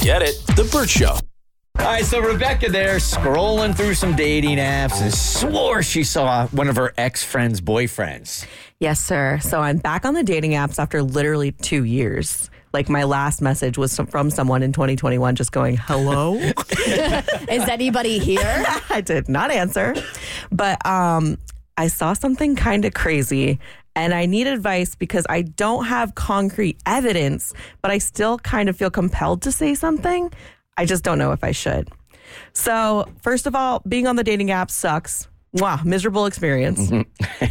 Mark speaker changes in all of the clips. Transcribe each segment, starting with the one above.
Speaker 1: Get it? The Burt Show.
Speaker 2: All right, so Rebecca there scrolling through some dating apps and swore she saw one of her ex friend's boyfriends.
Speaker 3: Yes, sir. So I'm back on the dating apps after literally two years. Like my last message was from someone in 2021 just going, hello.
Speaker 4: Is anybody here?
Speaker 3: I did not answer. But um, I saw something kind of crazy and I need advice because I don't have concrete evidence, but I still kind of feel compelled to say something. I just don't know if I should. So, first of all, being on the dating app sucks. Wow, miserable experience.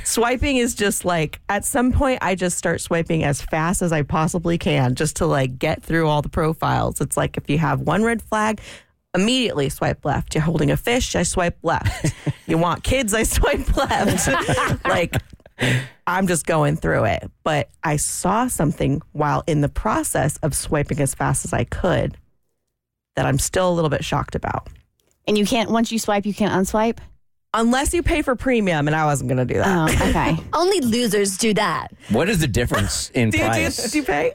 Speaker 3: swiping is just like at some point I just start swiping as fast as I possibly can just to like get through all the profiles. It's like if you have one red flag, immediately swipe left. You're holding a fish, I swipe left. you want kids, I swipe left. like I'm just going through it. But I saw something while in the process of swiping as fast as I could that I'm still a little bit shocked about.
Speaker 4: And you can't, once you swipe, you can't unswipe?
Speaker 3: Unless you pay for premium, and I wasn't going to do that.
Speaker 4: Oh, okay.
Speaker 5: Only losers do that.
Speaker 2: What is the difference in
Speaker 3: do, you, do, you,
Speaker 2: price?
Speaker 3: do you pay?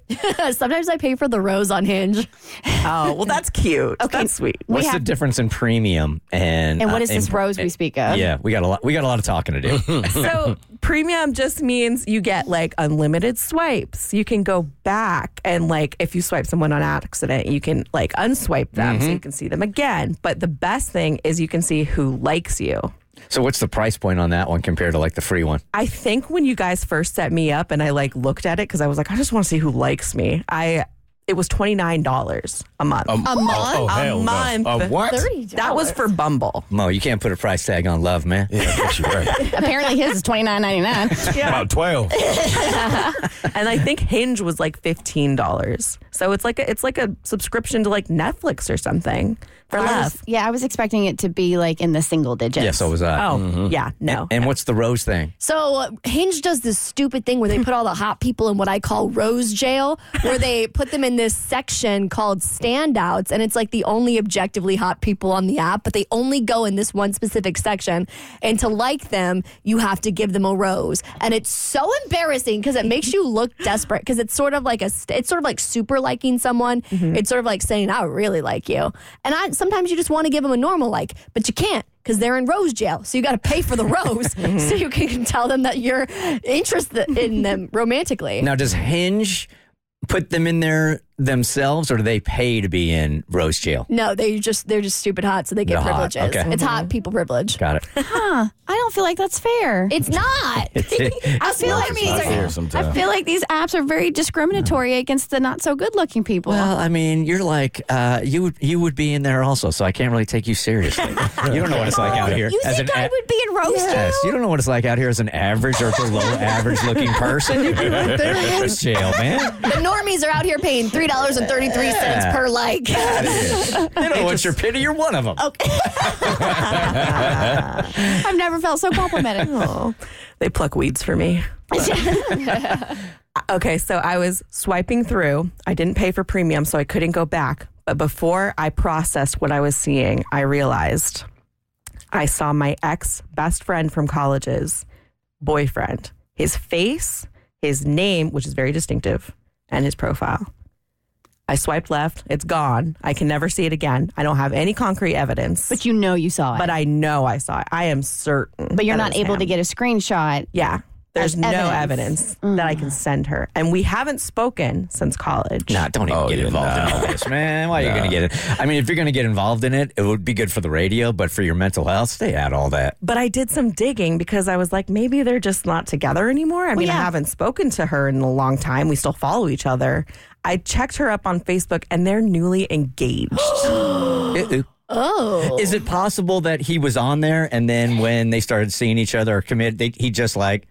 Speaker 4: Sometimes I pay for the rose on Hinge.
Speaker 3: Oh, well, that's cute. Okay. That's sweet.
Speaker 2: What's the difference in premium and
Speaker 4: And what
Speaker 2: uh,
Speaker 4: is this
Speaker 2: in-
Speaker 4: rose we speak of?
Speaker 2: Yeah, we got a lot. We got a lot of talking to do.
Speaker 3: So premium just means you get like unlimited swipes. You can go back and like if you swipe someone on accident, you can like unswipe them so you can see them again. But the best thing is you can see who likes you.
Speaker 2: so what's the price point on that one compared to like the free one?
Speaker 3: I think when you guys first set me up and I like looked at it because I was like, I just want to see who likes me. I it was twenty nine dollars a month.
Speaker 4: A month?
Speaker 6: Oh,
Speaker 3: A
Speaker 6: hell no.
Speaker 3: month.
Speaker 6: A what?
Speaker 4: $30.
Speaker 3: that was for Bumble.
Speaker 2: Mo, you can't put a price tag on love, man.
Speaker 6: Yeah, I bet you right.
Speaker 4: Apparently his is twenty nine ninety nine.
Speaker 6: About 12.
Speaker 3: and I think Hinge was like fifteen dollars. So it's like a, it's like a subscription to like Netflix or something for love.
Speaker 4: Yeah, I was expecting it to be like in the single digits.
Speaker 2: Yeah, so was I.
Speaker 3: Oh yeah, no.
Speaker 2: And what's the rose thing?
Speaker 5: So Hinge does this stupid thing where they put all the hot people in what I call rose jail, where they put them in this section called standouts, and it's like the only objectively hot people on the app, but they only go in this one specific section. And to like them, you have to give them a rose, and it's so embarrassing because it makes you look desperate. Because it's sort of like a, st- it's sort of like super liking someone.
Speaker 2: Mm-hmm.
Speaker 5: It's sort of like saying I really like you, and I sometimes you just want to give them a normal like, but you can't because they're in rose jail. So you got to pay for the rose
Speaker 2: Mm-hmm.
Speaker 5: so you can tell them that you're interested in them romantically.
Speaker 2: Now, does Hinge put them in there themselves, or do they pay to be in rose jail?
Speaker 5: No, they just they're just stupid hot, so they get
Speaker 2: They're hot,
Speaker 5: privileges.
Speaker 2: okay. Mm-hmm.
Speaker 5: It's hot people privilege.
Speaker 2: Got it.
Speaker 4: Huh. I don't feel like that's fair.
Speaker 5: It's not.
Speaker 4: I feel like these
Speaker 6: not fair
Speaker 4: are,
Speaker 6: sometimes.
Speaker 4: I feel like these apps are very discriminatory against the not so good looking people.
Speaker 2: Well, I mean, you're like uh, you would you would be in there also, so I can't really take you seriously. you don't know what it's like out here.
Speaker 5: you
Speaker 2: as
Speaker 5: think
Speaker 2: an
Speaker 5: I
Speaker 2: a-
Speaker 5: would be in rose jail?
Speaker 2: Yes, you don't know what it's like out here as an average or below average looking person. You'd be right there in rose jail, man.
Speaker 5: The normies are out here paying three dollars and thirty three cents
Speaker 2: Yeah.
Speaker 5: per like.
Speaker 2: You know what's your pity? You're one of them.
Speaker 4: I've never felt so complimented.
Speaker 3: Oh, they pluck weeds for me. okay, so I was swiping through. I didn't pay for premium, so I couldn't go back. But before I processed what I was seeing, I realized I saw my ex best friend from college's boyfriend, his face, his name, which is very distinctive, and his profile. I swiped left. It's gone. I can never see it again. I don't have any concrete evidence,
Speaker 4: But you know you saw it.
Speaker 3: but I know I saw it. I am certain.
Speaker 4: But you're
Speaker 3: that it
Speaker 4: not
Speaker 3: was
Speaker 4: able
Speaker 3: him.
Speaker 4: to get a screenshot.
Speaker 3: Yeah. There's
Speaker 4: As
Speaker 3: no
Speaker 4: evidence.
Speaker 3: evidence that I can send her. And we haven't spoken since college.
Speaker 2: Nah, don't even
Speaker 6: Oh,
Speaker 2: get
Speaker 6: yeah,
Speaker 2: involved in
Speaker 6: no.
Speaker 2: all this, man. Why are you going to get it? I mean, if you're going to get involved in it, it would be good for the radio, but for your mental health, stay out of all that.
Speaker 3: But I did some digging because I was like, maybe they're just not together anymore. I mean, I
Speaker 4: yeah.
Speaker 3: haven't spoken to her in a long time. We still follow each other. I checked her up on Facebook and they're newly engaged.
Speaker 2: Uh-oh.
Speaker 5: Oh.
Speaker 2: Is it possible that he was on there and then when they started seeing each other or commit, they, he just like,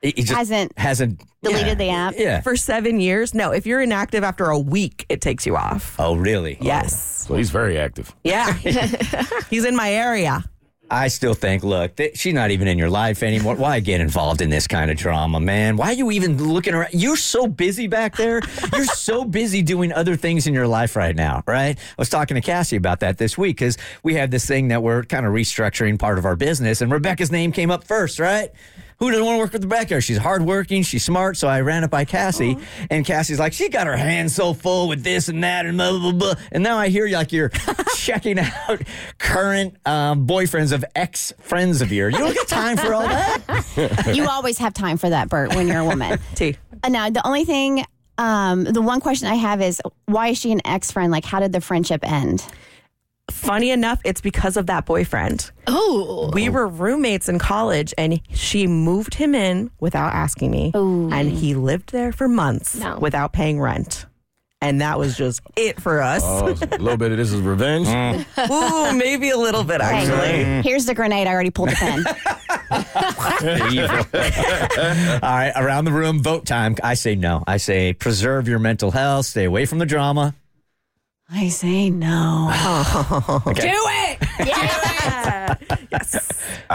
Speaker 2: He he just
Speaker 4: Hasn't
Speaker 2: hasn't
Speaker 4: deleted
Speaker 2: yeah.
Speaker 4: the app.
Speaker 2: Yeah.
Speaker 3: For seven years? No, if you're inactive after a week, it takes you off.
Speaker 2: oh, really?
Speaker 3: Yes.
Speaker 6: So he's very active.
Speaker 3: Yeah. He's in my area.
Speaker 2: I still think, look, th- she's not even in your life anymore. Why get involved in this kind of drama, man? Why are you even looking around? You're so busy back there. You're so busy doing other things in your life right now, right? I was talking to Cassie about that this week because we had this thing that we're kind of restructuring part of our business, and Rebecca's name came up first, right? Who doesn't want to work with Rebecca? She's hardworking, she's smart. So I ran it by Cassie, and Cassie's like, she got her hands so full with this and that and blah blah blah. blah." And now I hear like you're checking out current um, boyfriends of ex friends of yours. You don't get time for all that.
Speaker 4: You always have time for that, Bert, when you're a woman.
Speaker 3: T.
Speaker 4: And now, the only thing, um, the one question I have is why is she an ex friend? Like, how did the friendship end?
Speaker 3: Funny enough, it's because of that boyfriend.
Speaker 5: Oh,
Speaker 3: We were roommates in college, and she moved him in without asking me. And he lived there for months
Speaker 5: No.
Speaker 3: without paying rent. And that was just it for us.
Speaker 6: Oh, so a little bit of this is revenge.
Speaker 5: Oh.
Speaker 3: Ooh, maybe a little bit, actually.
Speaker 4: Hey, here's the grenade. I already pulled the pin.
Speaker 2: All right, around the room, vote time. I say no. I say preserve your mental health, stay away from the drama.
Speaker 4: I say no.
Speaker 6: I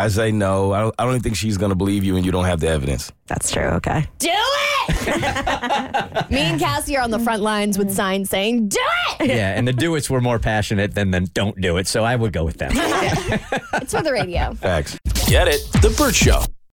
Speaker 6: say no. I don't, I don't even think she's going to believe you and you don't have the evidence.
Speaker 3: That's true. Okay.
Speaker 5: do it! Me and Cassie are on the front lines with signs saying, "Do it!"
Speaker 2: Yeah, and the do it's were more passionate than the don't do it. So I would go with them.
Speaker 5: It's for the radio.
Speaker 6: Facts.
Speaker 1: Get it? The Burt Show.